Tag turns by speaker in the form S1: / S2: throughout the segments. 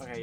S1: Okay,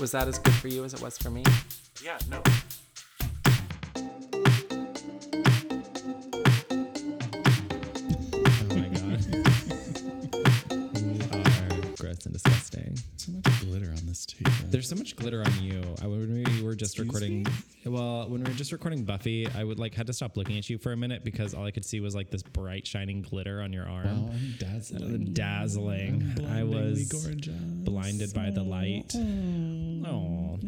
S1: Was that as good for you as it was for me?
S2: Yeah, no.
S3: Oh my god. we are gross and disgusting.
S4: So much glitter on this table.
S3: There's so much glitter on you. I when we were just recording well, when we were just recording Buffy, I would like had to stop looking at you for a minute because all I could see was like this bright shining glitter on your
S4: oh,
S3: arm. Uh,
S4: I'm dazzling.
S3: Dazzling. I
S4: Blindingly
S3: was
S4: gorgeous.
S3: blinded by the light. Oh.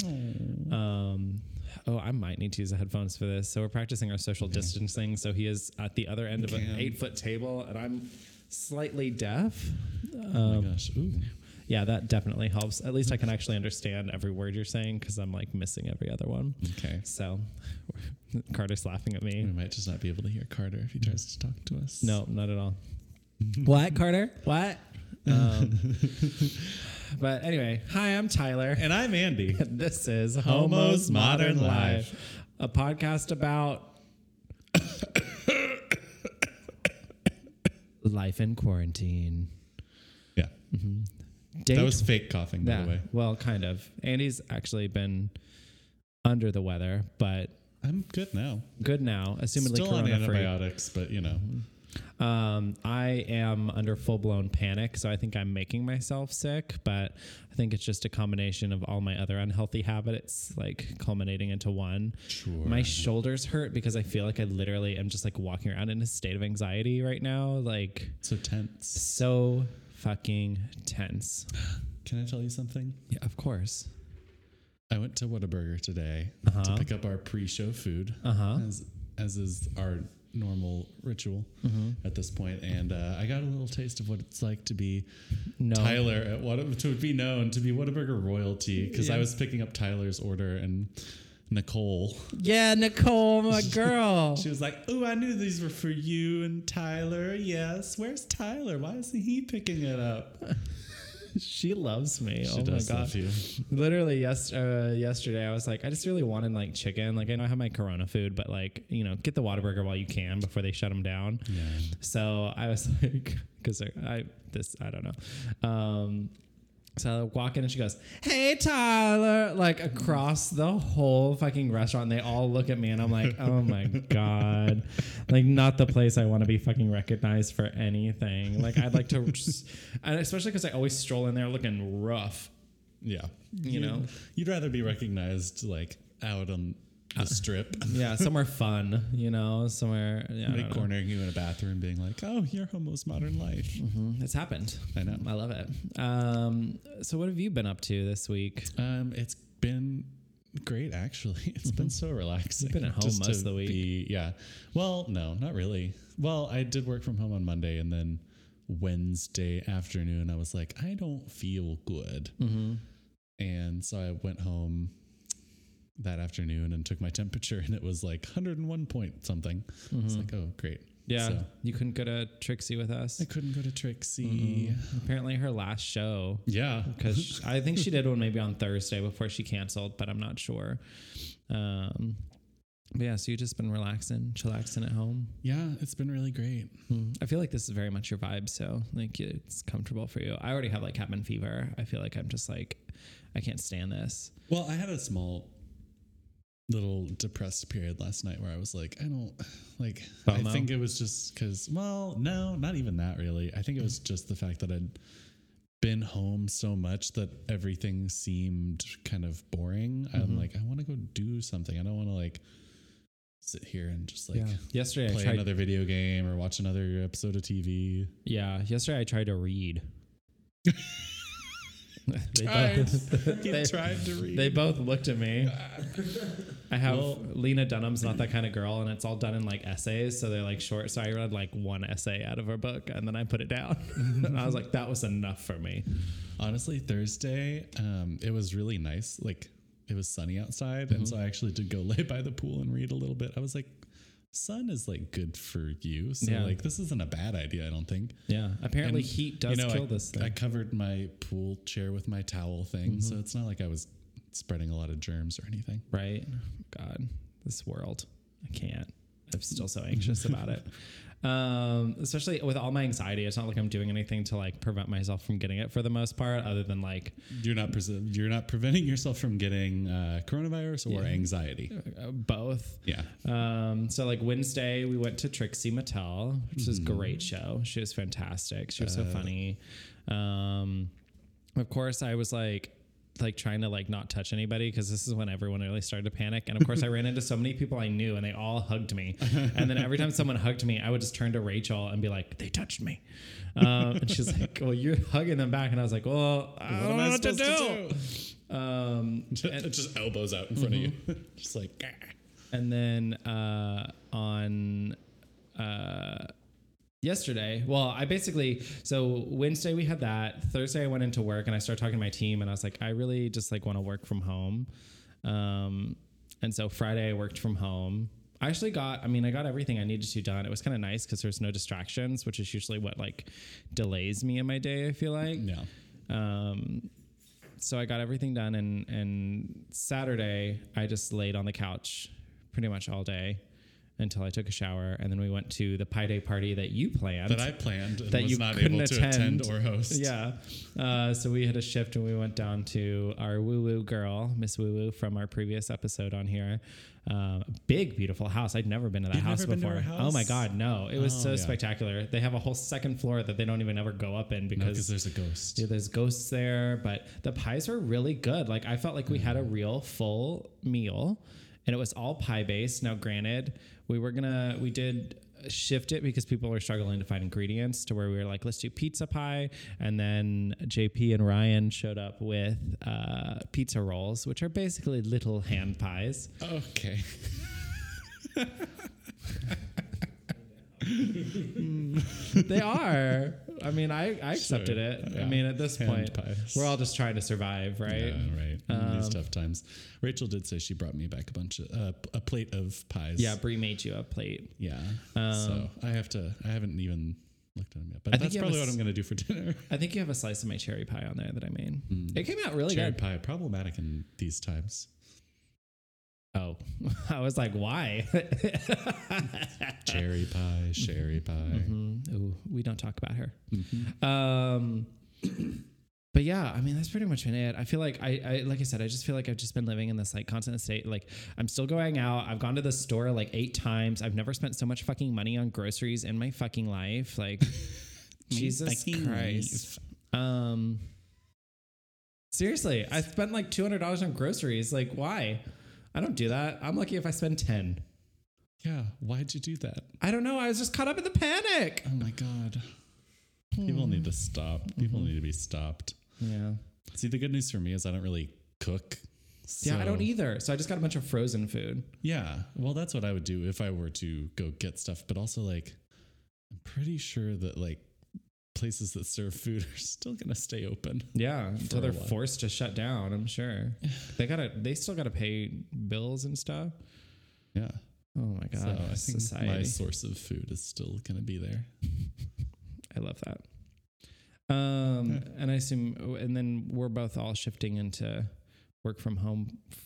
S3: Um Oh, I might need to use the headphones for this. So we're practicing our social distancing. So he is at the other end of an
S4: Cam.
S3: eight foot table, and I'm slightly deaf. Um,
S4: oh my gosh. Ooh.
S3: Yeah, that definitely helps. At least I can actually understand every word you're saying because I'm like missing every other one.
S4: Okay. Mm.
S3: So Carter's laughing at
S4: We
S3: me.
S4: might just not be able to hear Carter if he tries to talk to us.
S3: No, not at all. what, Carter? What? Um, but anyway, hi, I'm Tyler.
S4: And I'm Andy.
S3: And this is Homo's Modern Life, a podcast about life in quarantine.
S4: yeah.
S3: Date
S4: That was fake coughing, by the way.
S3: Well, kind of. Andy's actually been under the weather, but
S4: I'm good now.
S3: good now, assumedly
S4: Still on
S3: corona free.
S4: antibiotics, but you know.
S3: Um, I am under full blown panic, so I think I'm making myself sick, but I think it's just a combination of all my other unhealthy habits like culminating into one.
S4: Sure.
S3: My shoulders hurt because I feel like I literally am just like walking around in a state of anxiety right now, like
S4: so tense.
S3: so fucking tense.
S4: Can I tell you something?
S3: Yeah, of course.
S4: I went to Whataburger today
S3: Uh-huh.
S4: to pick up our pre-show food, as as is our normal ritual
S3: Mm-hmm.
S4: at this point, and uh, I got a little taste of what it's like to be
S3: No.
S4: Tyler at what to be known to be Whataburger royalty because I was picking up Tyler's order and Nicole.
S3: Yeah, Nicole, my girl.
S4: She was like, "Oh, I knew these were for you and Tyler. Yes, where's Tyler? Why isn't he picking it up?"
S3: She loves me.
S4: She
S3: oh
S4: does
S3: my god.
S4: love you.
S3: Literally yes, uh, yesterday I was like, I just really wanted like chicken. Like I know I have my Corona food, but like you know, get the Whataburger while you can before they shut them down. So I was like, because I this I don't know. Um, so I walk in and she goes, "Hey Tyler!" Like across the whole fucking restaurant, they all look at me and I'm like, "Oh my god!" Like not the place I want to be fucking recognized for anything. Like I'd like to, just, and especially because I always stroll in there looking rough.
S4: Yeah,
S3: You know?
S4: you'd rather be recognized like out on the
S3: Uh,
S4: strip.
S3: Yeah, somewhere fun, you know, somewhere. Yeah, I
S4: Like
S3: don't know.
S4: cornering you in a bathroom, being like, "Oh, you're homo's modern life."
S3: It's happened.
S4: I know.
S3: I love it. Um, so, what have you been up to this week?
S4: Um, it's been great actually. It's been so relaxing.
S3: Mm-hmm. Been at home
S4: just
S3: most
S4: to
S3: of the week.
S4: be- yeah. Well, no, not really. Well, I did work from home on Monday, and then Wednesday afternoon, I was like, I don't feel good, and so I went home that afternoon and took my temperature, and it was like 101 point something.
S3: Mm-hmm.
S4: It's like, oh, great.
S3: Yeah,
S4: So
S3: you couldn't go to Trixie with us.
S4: I couldn't go to Trixie.
S3: Apparently, her last show.
S4: Yeah.
S3: Because I think she did one maybe on Thursday before she canceled, but I'm not sure. Um, but yeah, so you've just been relaxing, chillaxing at home.
S4: Yeah, it's been really great.
S3: I feel like this is very much your vibe, so like it's comfortable for you. I already have like cabin fever. I feel like I'm just like, I can't stand this.
S4: Well, I had a small little depressed period last night where I was like, I don't like
S3: FOMO?
S4: I think it was just cuz well, no, not even that really. I think it was just the fact that I'd been home so much that everything seemed kind of boring.
S3: Mm-hmm.
S4: I'm like, I want to go do something. I don't want to like sit here and just like
S3: Yesterday, I
S4: play
S3: tried.
S4: another video game or watch another episode of TV.
S3: yeah, yesterday I tried to read. They
S4: tried.
S3: both,
S4: He
S3: They-
S4: tried to read.
S3: they both looked at me. I have Lena Dunham's not that kind of girl, and it's all done in like essays, so they're like short. So I read like one essay out of her book, and then I put it down, and I was like, that was enough for me.
S4: Honestly, Thursday, um, it was really nice. Like it was sunny outside, and so I actually did go lay by the pool and read a little bit. I was like, sun is like good for you, so
S3: Yeah.
S4: like this isn't a bad idea, I don't think.
S3: Yeah, apparently
S4: And,
S3: heat does
S4: you know,
S3: kill
S4: I,
S3: this thing.
S4: I covered my pool chair with my towel thing, so it's not like I was spreading a lot of germs or anything.
S3: right? God, this world. I can't. I'm still so anxious about it. Um, especially with all my anxiety, it's not like I'm doing anything to like prevent myself from getting it for the most part, other than like
S4: You're not pres- you're not preventing yourself from getting uh, coronavirus or anxiety.
S3: uh, both.
S4: Yeah.
S3: Um, so like Wednesday, we went to Trixie Mattel, which was a great show. She was fantastic. She was so funny. Um, of course, I was like, like trying to like not touch anybody because this is when everyone really started to panic. And of course, I ran into so many people I knew, and they all hugged me. And then every time someone hugged me, I would just turn to Rachel and be like, "They touched me," um, and she's like, "Well, you're hugging them back," and I was like, "Well, I don't know what to do." Um,
S4: It Oh, just elbows out in front of you, just like. "Ah."
S3: And then uh, on uh, yesterday, well, I basically so Wednesday we had that. Thursday I went into work and I started talking to my team and I was like, I really just like want to work from home. Um, and so Friday I worked from home. I actually got, I mean, I got everything I needed to done. It was kind of nice because there's no distractions, which is usually what like delays me in my day. I feel like
S4: No.
S3: um, so I got everything done, and and Saturday I just laid on the couch pretty much all day until I took a shower, and then we went to the Pi Day party that you planned.
S4: that I planned and
S3: that
S4: was
S3: you
S4: not
S3: couldn't
S4: able to
S3: attend.
S4: attend or host.
S3: yeah. Uh, so we had a shift and we went down to our woo woo girl, Miss Woo Woo, from our previous episode on here. Um, big, beautiful house. I'd never been to that
S4: You'd
S3: house
S4: never been to
S3: before.
S4: her
S3: Oh
S4: house?
S3: my God, no. It was
S4: Oh,
S3: so
S4: yeah.
S3: spectacular. They have a whole second floor that they don't even ever go up in because
S4: because there's a ghost.
S3: yeah, there's ghosts there, but the pies were really good. Like I felt like we
S4: Mm.
S3: had a real full meal, and it was all pie based. Now, granted, we were gonna we did shift it because people were struggling to find ingredients to where we were like, let's do pizza pie, and then JP and Ryan showed up with uh, pizza rolls, which are basically little hand pies.
S4: Okay.
S3: they are. I mean, I I accepted it. I
S4: Yeah.
S3: mean, at this
S4: Hand
S3: point,
S4: pies.
S3: we're all just trying to survive, right? Um,
S4: Yeah, right. These tough times. Rachel did say she brought me back a bunch of uh, a plate of pies.
S3: Yeah, Brie made you a plate.
S4: Yeah. so I have to. I haven't even looked at them yet, but
S3: Um, think
S4: that's
S3: you have a
S4: probably what
S3: s-
S4: I'm going to do for dinner.
S3: I think you have a slice of my cherry pie on there that I made. It came out really
S4: Mm. Cherry
S3: good.
S4: pie problematic in these times.
S3: Oh, I was like, why?
S4: Cherry pie, sherry pie.
S3: Mm, Ooh, we don't talk about her. Um, but yeah, I mean, that's pretty much been it. I feel like I, I, like I said, I just feel like I've just been living in this like constant state. Like I'm still going out. I've gone to the store like eight times. I've never spent so much fucking money on groceries in my fucking life. Like Jesus
S4: fucking
S3: Christ. Um, seriously, I spent like $200 on groceries. Like why? I don't do that. I'm lucky if I spend 10.
S4: Yeah. Why'd you do that?
S3: I don't know. I was just caught up in the panic.
S4: Oh my god. People need to stop. People
S3: Mm-hmm.
S4: need to be stopped.
S3: Yeah.
S4: See, the good news for me is I don't really cook. So,
S3: Yeah, I don't either. So I just got a bunch of frozen food.
S4: Yeah. Well, that's what I would do if I were to go get stuff. But also, like, I'm pretty sure that, like, places that serve food are still going to stay open.
S3: Yeah,
S4: For
S3: until
S4: a
S3: they're
S4: while.
S3: forced to shut down. I'm sure they gotta. They still gotta pay bills and stuff.
S4: Yeah.
S3: Oh my
S4: So
S3: god,
S4: I think my
S3: society.
S4: source of food is still going to be there.
S3: I love that. Um, and I assume, and then we're both all shifting into work from home f-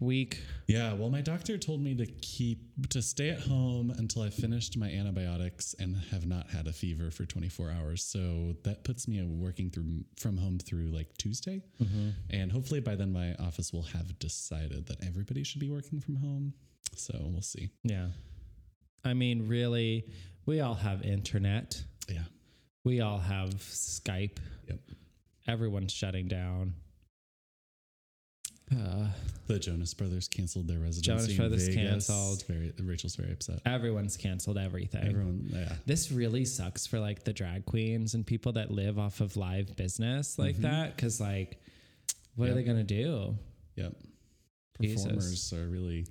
S3: week.
S4: Yeah. Well, my doctor told me to keep, to stay at home until I finished my antibiotics and have not had a fever for 24 hours. So that puts me working through from home through like Tuesday.
S3: Mm-hmm.
S4: And hopefully by then, my office will have decided that everybody should be working from home. So we'll see.
S3: Yeah, I mean, really, we all have internet.
S4: Yeah.
S3: We all have Skype.
S4: Yep.
S3: Everyone's shutting down.
S4: the Jonas Brothers canceled their residency. in
S3: Brothers
S4: Vegas.
S3: canceled.
S4: Very, Rachel's very upset.
S3: Everyone's canceled everything.
S4: Everyone, yeah.
S3: this really sucks for like the drag queens and people that live off of live business like that because like what are
S4: Mm-hmm. Yep.
S3: they gonna do
S4: Yep.
S3: Jesus.
S4: Performers are really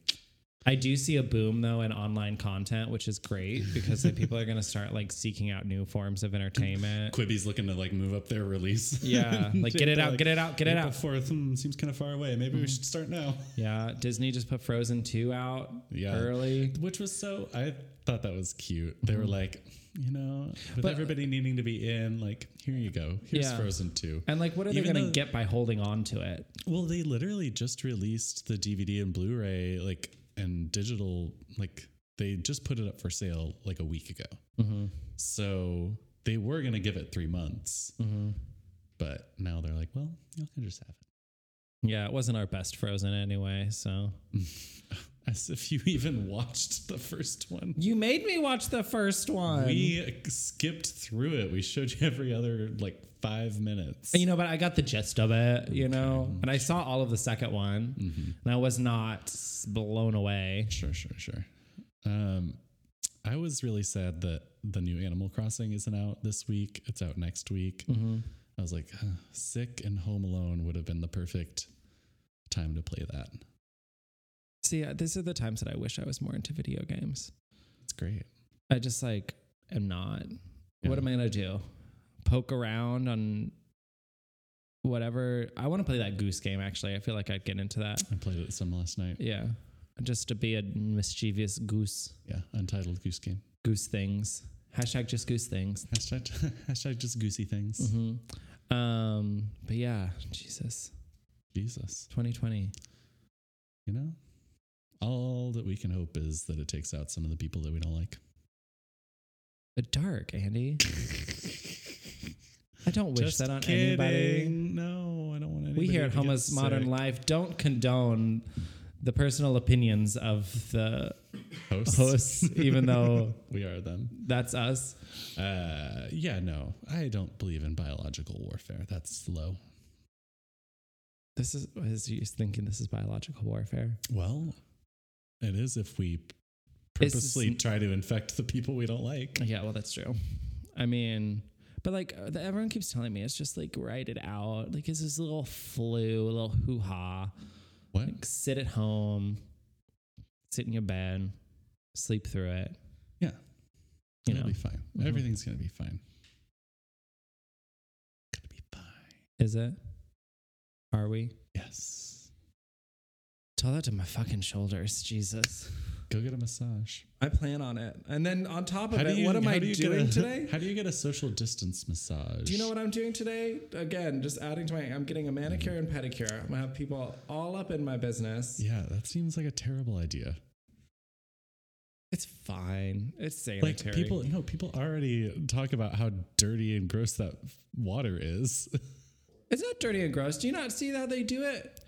S3: i do see a boom though in online content which is great because like, people are gonna start like seeking out new forms of entertainment
S4: Quibi's looking to like move up their release.
S3: Yeah, like, get it out, get it out, get it
S4: April
S3: out. Mm-hmm.
S4: Fourth hmm, seems kind of far away. Maybe we should start now.
S3: yeah disney just put frozen 2 out
S4: Yeah.
S3: early
S4: Which was so I thought that was cute. They were like, you know, with
S3: Mm-hmm. But-
S4: everybody needing to be in, like, here you go. Here's
S3: Yeah.
S4: Frozen Two.
S3: and like what are they
S4: Even
S3: gonna
S4: though-
S3: get by holding on to it
S4: Well, they literally just released the DVD and Blu-ray, like, and digital, like, they just put it up for sale like a week ago.
S3: Mm-hmm.
S4: So they were gonna give it three months,
S3: Mm-hmm.
S4: but now they're like, well, y'all can just have it.
S3: yeah it wasn't our best frozen anyway so
S4: As if you even watched the first one.
S3: you made me watch the first one
S4: We skipped through it. We showed you every other like five minutes.
S3: You know, but I got the gist of it, you know, and I saw all of the second one, and I was not s- blown away.
S4: Sure, sure, sure. Um, I was really sad that the new Animal Crossing isn't out this week. It's out next week.
S3: Mm-hmm.
S4: I was like, "Huh, sick and home alone would have been the perfect time to play that.
S3: See, uh, these are the times that I wish I was more into video games.
S4: It's great.
S3: I just like am not.
S4: Yeah.
S3: What am I gonna do? Poke around on whatever. I want to play that goose game. Actually, I feel like I'd get into that.
S4: I played it some last night.
S3: Yeah, just to be a mischievous goose.
S4: Yeah, Untitled Goose Game.
S3: Goose things. Hashtag just goose things.
S4: Hashtag, hashtag just goosey things.
S3: hmm
S4: Mm-hmm.
S3: Um, but yeah, Jesus,
S4: Jesus.
S3: 2020.
S4: You know, all that we can hope is that it takes out some of the people that we don't like.
S3: The dark, Andy. I don't wish
S4: Just
S3: that on
S4: kidding.
S3: anybody.
S4: No, I don't want
S3: We
S4: anybody.
S3: here
S4: to
S3: at
S4: get
S3: Homa's Modern
S4: sick.
S3: Life don't condone the personal opinions of the
S4: Hosts.
S3: hosts, even though
S4: we are them.
S3: that's us.
S4: Uh, yeah, no, I don't believe in biological warfare. That's low.
S3: This is, is you thinking this is biological warfare.
S4: Well, it is if we
S3: This
S4: purposely
S3: is-
S4: try to infect the people we don't like.
S3: Yeah, well, that's true. I mean, but like uh, the, everyone keeps telling me, it's just like write it out. Like it's this little flu, a little hoo ha.
S4: What?
S3: Like sit at home, sit in your bed, sleep through it.
S4: Yeah,
S3: You
S4: it'll
S3: know,
S4: be fine.
S3: Mhm.
S4: Everything's gonna be fine. Gonna be fine.
S3: is it? Are we?
S4: Yes.
S3: Tell that to my fucking shoulders, Jesus.
S4: Go get a massage.
S3: I plan on it. And then on top of
S4: How do
S3: it,
S4: you-
S3: Oh, what am
S4: how
S3: I
S4: do you get
S3: doing
S4: a-
S3: today?
S4: How do you get a social distance massage?
S3: Do you know what I'm doing today? Again, just adding to my I'm getting a manicure and pedicure. I'm gonna have people all up in my business.
S4: Yeah, that seems like a terrible idea.
S3: It's fine. It's sanitary.
S4: Like people, no, people already talk about how dirty and gross that water is.
S3: It's not dirty and gross. Do you not see how they do it?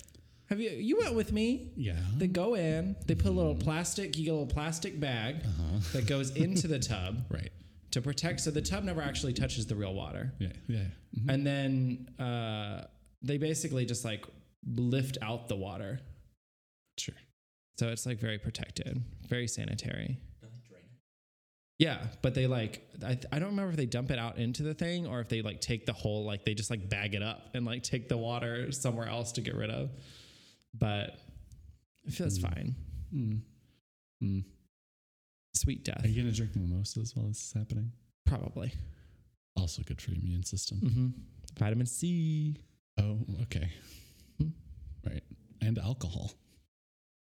S3: Have you you went with me?
S4: Yeah.
S3: They go in, they put a little plastic, you get a little plastic bag
S4: Uh-huh.
S3: that goes into the tub
S4: right.
S3: to protect so the tub never actually touches the real water.
S4: Yeah. Yeah. Mhm.
S3: and then uh, they basically just like lift out the water.
S4: Sure.
S3: So it's like very protected, very sanitary. Yeah, but they like I, I don't remember if they dump it out into the thing or if they like take the whole like they just like bag it up and like take the water somewhere else to get rid of. But it feels fine.
S4: Mm. Mm.
S3: Sweet death,
S4: Are you gonna drink mimosas while this is happening?
S3: probably.
S4: Also good for your immune system.
S3: hmm Vitamin C.
S4: Oh, okay.
S3: Hmm.
S4: Right. And alcohol.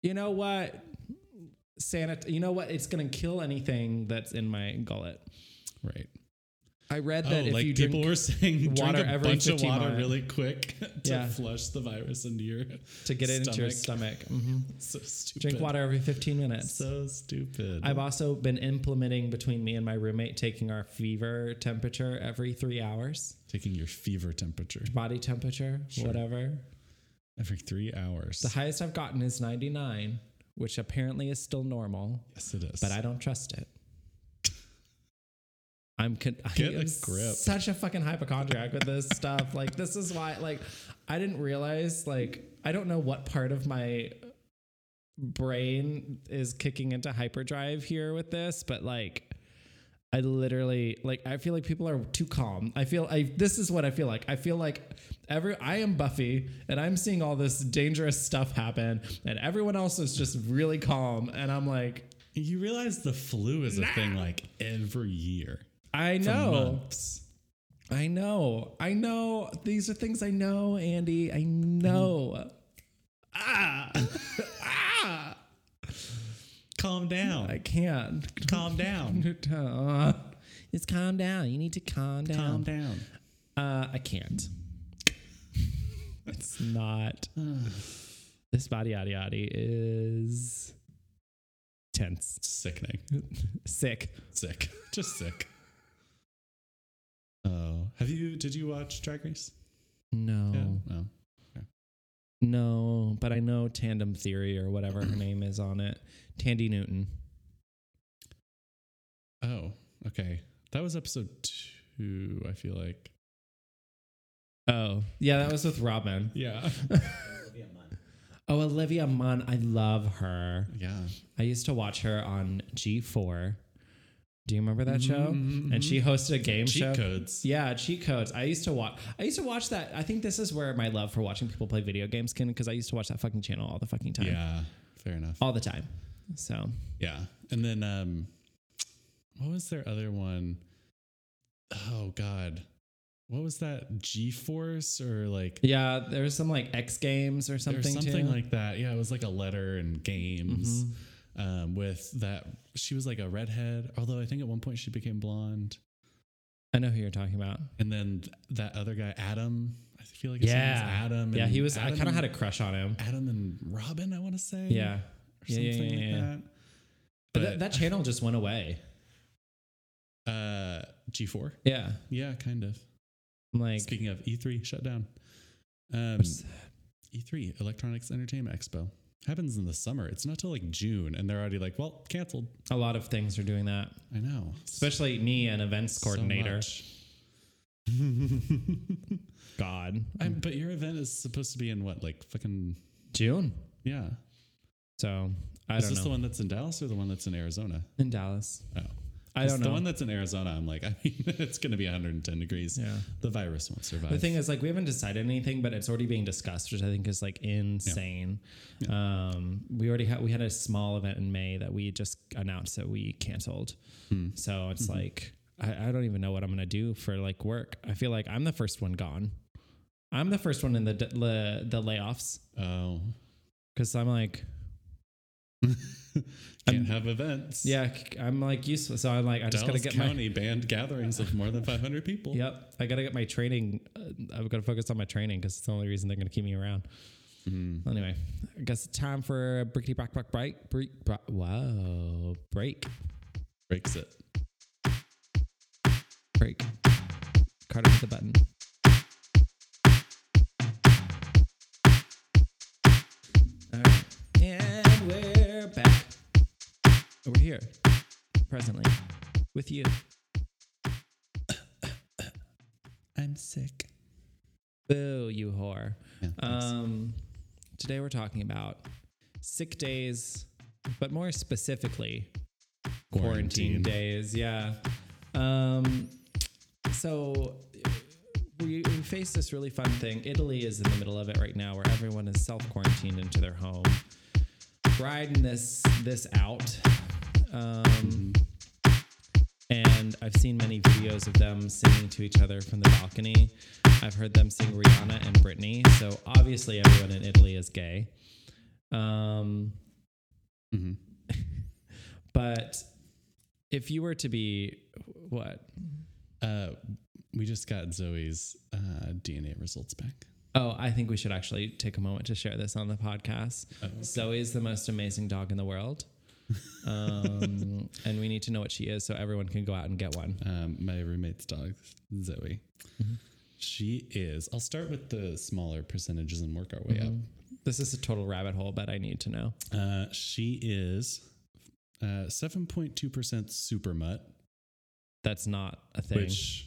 S3: You know what? Sanit. You know what? It's gonna kill anything that's in my gullet.
S4: Right.
S3: I read
S4: Oh,
S3: that if
S4: like
S3: you drink
S4: people were saying,
S3: water
S4: drink a
S3: every
S4: bunch of
S3: 15
S4: water
S3: mile-
S4: really quick to
S3: Yeah.
S4: flush the virus into your
S3: to get it into your
S4: stomach.
S3: stomach, Mhm.
S4: so stupid.
S3: drink water every 15 minutes.
S4: So stupid.
S3: I've also been implementing between me and my roommate taking our fever temperature every three hours,
S4: taking your fever temperature
S3: body temperature, whatever.
S4: every three hours.
S3: The highest I've gotten is 99, which apparently is still normal,
S4: yes, it is.
S3: but I don't trust it. I'm con-
S4: Get
S3: I
S4: a
S3: am
S4: grip.
S3: such a fucking hypochondriac with this stuff. Like this is why like I didn't realize like I don't know what part of my brain is kicking into hyperdrive here with this, but like I literally like I feel like people are too calm. I feel I this is what I feel like. I feel like every I am Buffy and I'm seeing all this dangerous stuff happen and everyone else is just really calm and I'm like
S4: You realize the flu is a thing like every year.
S3: I know.
S4: Months.
S3: I know. I know. These are things I know, Andy. I know. Ah. ah.
S4: Calm down.
S3: I can't.
S4: Calm down.
S3: Uh, Just calm down. You need to calm
S4: Calm
S3: down.
S4: down.
S3: Uh, I can't. it's not. this body yaddy yaddy is tense.
S4: Sickening.
S3: Sick.
S4: Sick. Just sick. Oh. Have you did you watch Drag Race?
S3: No.
S4: No.
S3: No, but I know Tandem Theory or whatever her name is on it. Tandy Newton.
S4: Oh, okay. That was episode two, I feel like.
S3: Oh, yeah, that was with Robin.
S4: Yeah.
S3: Oh, Olivia Munn, I love her.
S4: yeah.
S3: I used to watch her on G4. Do you remember that show? And she hosted a game
S4: Cheat
S3: show.
S4: Mm-hmm. codes.
S3: Yeah, cheat codes. I used to watch. I used to watch that. I think this is where my love for watching people play video games can because I used to watch that fucking channel all the fucking time. Oh.
S4: Yeah. Fair enough.
S3: all the time. So
S4: Yeah. And then um what was their other one? Oh god. What was that? G Force or like
S3: yeah, there was some like X Games or
S4: or
S3: something.
S4: something
S3: too. Mm-hmm.
S4: like that. Yeah, it was like a letter and games. Um, with that she was like a redhead, although I think at one point she became blonde.
S3: I know who you're talking about.
S4: And then th- that other guy, Adam. I feel like his name is
S3: Yeah,
S4: Adam.
S3: Yeah,
S4: and
S3: he was. I
S4: Adam
S3: kind of had
S4: and-
S3: a crush on him.
S4: Adam and Robin, I want to say.
S3: Yeah,
S4: Or
S3: Yeah,
S4: something
S3: yeah, yeah, yeah,
S4: like
S3: yeah.
S4: that.
S3: but that, that channel just went away.
S4: uh, G4.
S3: Yeah,
S4: Yeah, kind of.
S3: I'm like
S4: Speaking of E3 shut down. Um,
S3: What's
S4: E3 Electronics Entertainment Expo happens in the summer. It's not till like June, and they're already like, well, canceled.
S3: a lot of things are doing that,
S4: I know,
S3: especially me, an events
S4: So
S3: coordinator.
S4: much.
S3: God,
S4: I'm, but your event is supposed to be in what, like fucking
S3: June.
S4: yeah?
S3: So I
S4: is
S3: don't
S4: this
S3: know.
S4: the one that's in Dallas or the one that's in Arizona?
S3: in Dallas.
S4: Oh,
S3: I
S4: 'Cause
S3: don't
S4: The
S3: know.
S4: one that's in Arizona, I'm like, I mean, it's going to be 110 degrees.
S3: Yeah.
S4: the virus won't survive.
S3: the thing is, like, we haven't decided anything, but it's already being discussed, which I think is like insane. Um, we already had we had a small event in May that we just announced that we canceled.
S4: Hmm.
S3: So it's
S4: Mm-hmm.
S3: like I, I don't even know what I'm gonna do for like work. I feel like I'm the first one gone. I'm the first one in the d- the, the layoffs
S4: oh,
S3: because I'm like
S4: can't have events.
S3: yeah I'm like useless. So I'm like I just
S4: Dallas
S3: gotta get my
S4: County banned gatherings of more than 500 people.
S3: Yep. I got to get my training. Uh, I've got to focus on my training because it's the only reason they're going to keep me around.
S4: Mm-hmm.
S3: Anyway, I guess it's time for a brickety brack brack break. break, bra wow. Break.
S4: breaks it.
S3: Break. Carter hit the button. All right. And we're back. We're here presently with you.
S4: I'm sick.
S3: Boo, you whore.
S4: Yeah, thanks.
S3: um, today we're talking about sick days, but more specifically, quarantine,
S4: Quarantine.
S3: days. Yeah. Um, so we, we face this really fun thing. Italy is in the middle of it right now, where everyone is self quarantined into their home, riding this this out. Um, and I've seen many videos of them singing to each other from the balcony. I've heard them sing Rihanna and Britney. So obviously, everyone in Italy is gay. Um,
S4: Mm-hmm.
S3: but if you were to be what?
S4: Uh, we just got Zoe's uh, DNA results back.
S3: Oh, I think we should actually take a moment to share this on the podcast.
S4: Oh,
S3: Zoe is the most amazing dog in the world. um, and we need to know what she is so everyone can go out and get one.
S4: Um, my roommate's dog, Zoe.
S3: Mm-hmm.
S4: She is. I'll start with the smaller percentages and work our way
S3: Um, Mm-hmm. This is a total rabbit hole, but I need to know.
S4: up. Uh, she is uh, 7.2% super mutt,
S3: that's not a thing.
S4: which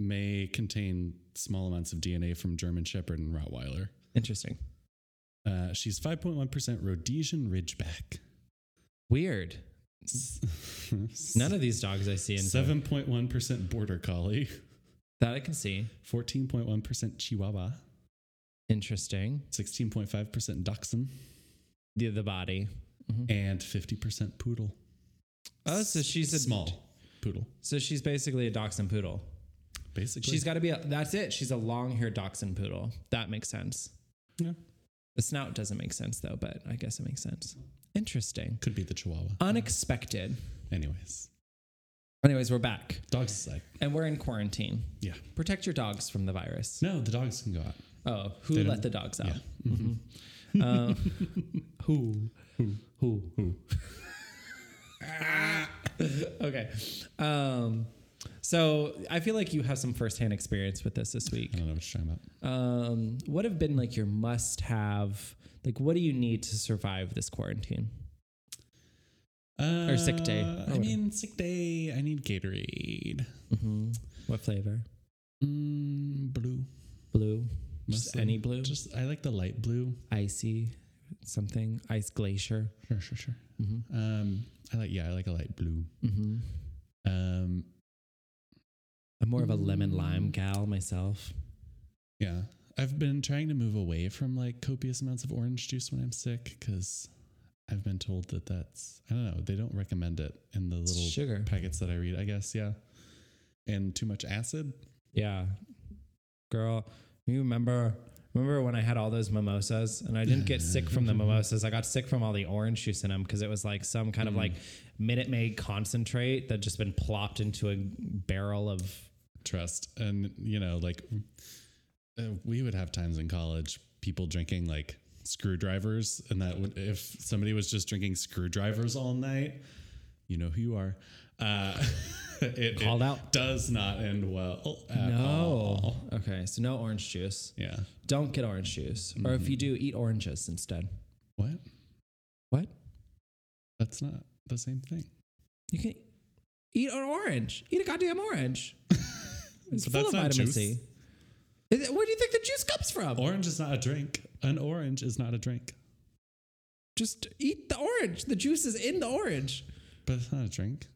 S4: may contain small amounts of DNA from German Shepherd and Rottweiler.
S3: Interesting.
S4: Uh, she's 5.1% Rhodesian Ridgeback.
S3: Weird. None of these dogs I see in
S4: Seven point one percent border collie,
S3: that I can see.
S4: fourteen point one percent chihuahua,
S3: Interesting.
S4: sixteen point five percent dachshund,
S3: The the body.
S4: and fifty percent poodle.
S3: Oh, so she's a
S4: small poodle,
S3: So she's basically a dachshund poodle.
S4: basically.
S3: She's got to be. A, that's it. She's a long-haired dachshund poodle. That makes sense.
S4: yeah.
S3: The snout doesn't make sense though, but I guess it makes sense. Interesting.
S4: could be the chihuahua.
S3: Unexpected.
S4: Anyways,
S3: Anyways, we're back
S4: dogs aside,
S3: and we're in quarantine.
S4: yeah.
S3: Protect your dogs from the virus.
S4: No, the dogs can go out.
S3: Oh, who
S4: They
S3: let
S4: don't-
S3: the dogs out?
S4: Yeah.
S3: Who? Who? Who? okay. Um, so I feel like you have some firsthand experience with this this week.
S4: I don't know what you're talking about.
S3: Um, what have been like your must have? Like, what do you need to survive this quarantine?
S4: Uh,
S3: Or sick day.
S4: I mean, sick day. I need Gatorade.
S3: Mm-hmm. What flavor?
S4: Mm, blue.
S3: Blue? Just
S4: mostly.
S3: any blue? Just
S4: Just I like the light blue.
S3: icy something? Ice glacier?
S4: Sure, sure, sure. Um, I like yeah, I like a light blue.
S3: Mm-hmm.
S4: Um,
S3: I'm more of a lemon lime gal myself.
S4: yeah, I've been trying to move away from like copious amounts of orange juice when I'm sick because I've been told that that's I don't know they don't recommend it in the little
S3: sugar.
S4: packets that I read. I guess yeah, and too much acid.
S3: Yeah. Girl, you remember remember when I had all those mimosas and I didn't get sick from the mimosas. I got sick from all the orange juice in them because it was like some kind of like Minute Maid concentrate that just been plopped into a barrel of
S4: Trust and you know like uh, we would have times in college people drinking like screwdrivers and that would if somebody was just drinking screwdrivers all night you know who you are uh it,
S3: Called
S4: it
S3: out.
S4: does not end well at all.
S3: Okay, so no orange juice.
S4: yeah
S3: Don't get orange juice. Or if you do, eat oranges instead.
S4: what
S3: What?
S4: that's not the same thing
S3: You can eat an orange. Eat a goddamn orange. It's
S4: But
S3: full of
S4: that's not
S3: vitamin
S4: juice.
S3: C. Is it- where do you think the juice comes from?
S4: orange is not a drink an orange is not a drink
S3: Just eat the orange. The juice is in the orange.
S4: but it's not a drink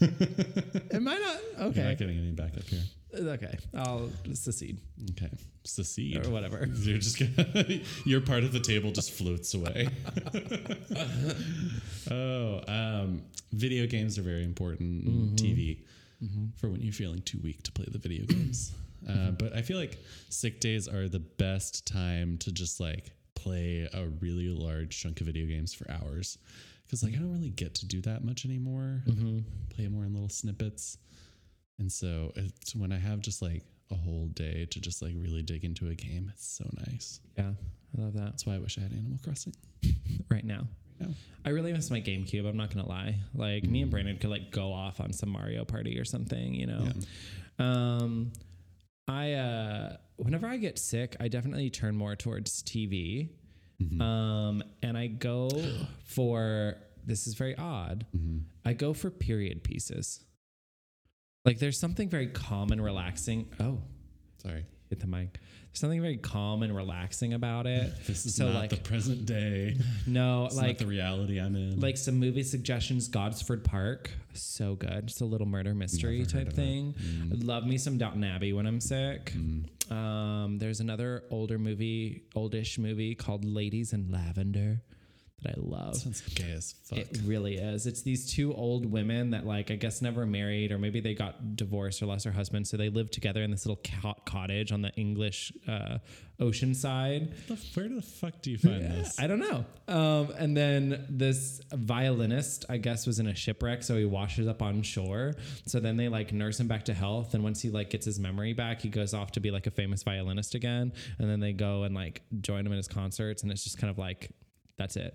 S3: Am I not?
S4: you're
S3: Okay.
S4: not getting any back up here
S3: Okay. I'll secede
S4: okay secede
S3: or whatever.
S4: You're just gonna, your part of the table just floats away. oh, um, video games are very important. in TV for when you're feeling too weak to play the video games. uh, but I feel like sick days are the best time to just like play a really large chunk of video games for hours. Because like I don't really get to do that much anymore. Play more in little snippets. And so it's when I have just like a whole day to just like really dig into a game, it's so nice.
S3: Yeah. I love that.
S4: That's why I wish I had Animal Crossing.
S3: Right now.
S4: Yeah. Mm.
S3: I really miss my GameCube. I'm not gonna lie. Like me and Brandon could like go off on some Mario Party or something, you know. Um, I uh, whenever I get sick, I definitely turn more towards TV.
S4: Mm-hmm.
S3: Um, and I go for this is very odd.
S4: Mm-hmm.
S3: I go for period pieces. Like there's something very calm and relaxing. Oh,
S4: Sorry.
S3: hit the mic. There's something very calm and relaxing about it.
S4: This is
S3: so
S4: not
S3: like
S4: the present day.
S3: no,
S4: It's
S3: like
S4: not the reality I'm in.
S3: like some movie suggestions godsford park so good it's a little murder mystery
S4: Never heard
S3: type
S4: of Mm. it. Mm-hmm.
S3: thing love me some downton abbey when i'm sick
S4: Mm.
S3: um, there's another older movie oldish movie called ladies in lavender that i love
S4: sounds gay as fuck.
S3: it really is. It's these two old women that, like, I guess never married, or maybe they got divorced or lost their husband. So they live together in this little co- cottage on the English uh, ocean side.
S4: The- Where the fuck do you find this?
S3: I don't know. Um, and then this violinist, I guess, was in a shipwreck, so he washes up on shore. So then they like nurse him back to health, and once he like gets his memory back, he goes off to be like a famous violinist again. And then they go and like join him in his concerts, and it's just kind of like that's it.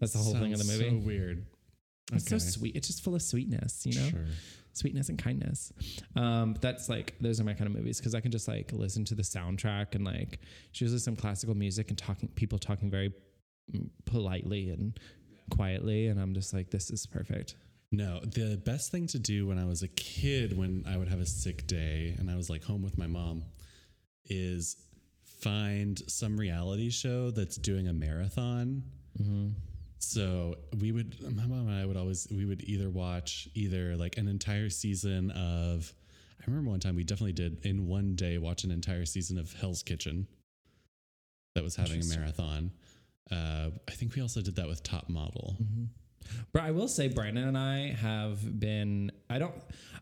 S3: That's the whole thing of the
S4: Sounds
S3: movie.
S4: So weird.
S3: It's so
S4: Okay.
S3: sweet. It's just full of sweetness, you know,
S4: Sure.
S3: sweetness and kindness. Um, but that's like those are my kind of movies because I can just like listen to the soundtrack and like it's usually some classical music and talking people talking very mm, politely and quietly, and I'm just like, this is perfect.
S4: No, the best thing to do when I was a kid, when I would have a sick day and I was like home with my mom, is find some reality show that's doing a marathon. So we would, my mom and I would always, we would either watch either like an entire season of, I remember one time we definitely did in one day watch an entire season of Hell's Kitchen that was having a marathon. Uh, I think we also did that with Top Model.
S3: But I will say, Brandon and I have been. I don't.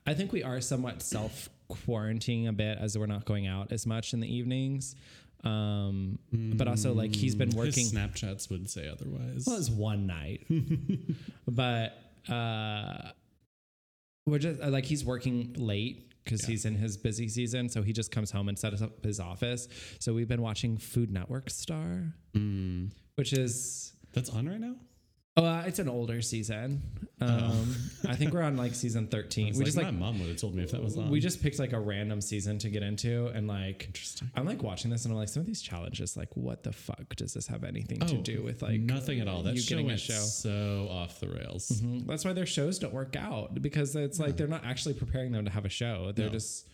S3: I think we are somewhat self quarantining a bit as we're not going out as much in the evenings. Um, but also like he's been working.
S4: Mm. His Snapchats would say otherwise.
S3: Well, it's one night, but uh, we're just like he's working late because he's in his busy season, so he just comes home and sets up his office. So we've been watching Food Network Star, which is
S4: Mm. That's on right now?
S3: oh, uh, it's an older season. Um, I think we're on like season thirteen. We
S4: Oh. Like,
S3: just like
S4: my mom would have told me if that was on.
S3: we just picked like a random season to get into, and like I'm like watching this, and I'm like, some of these challenges, like, what the fuck does this have anything to
S4: Oh,
S3: do with like
S4: nothing at all. That
S3: you
S4: show
S3: getting a
S4: went
S3: show? Mm-hmm.
S4: so off the rails.
S3: Mm, That's why their shows don't work out because it's like they're not actually preparing them to have a show. They're
S4: No.
S3: just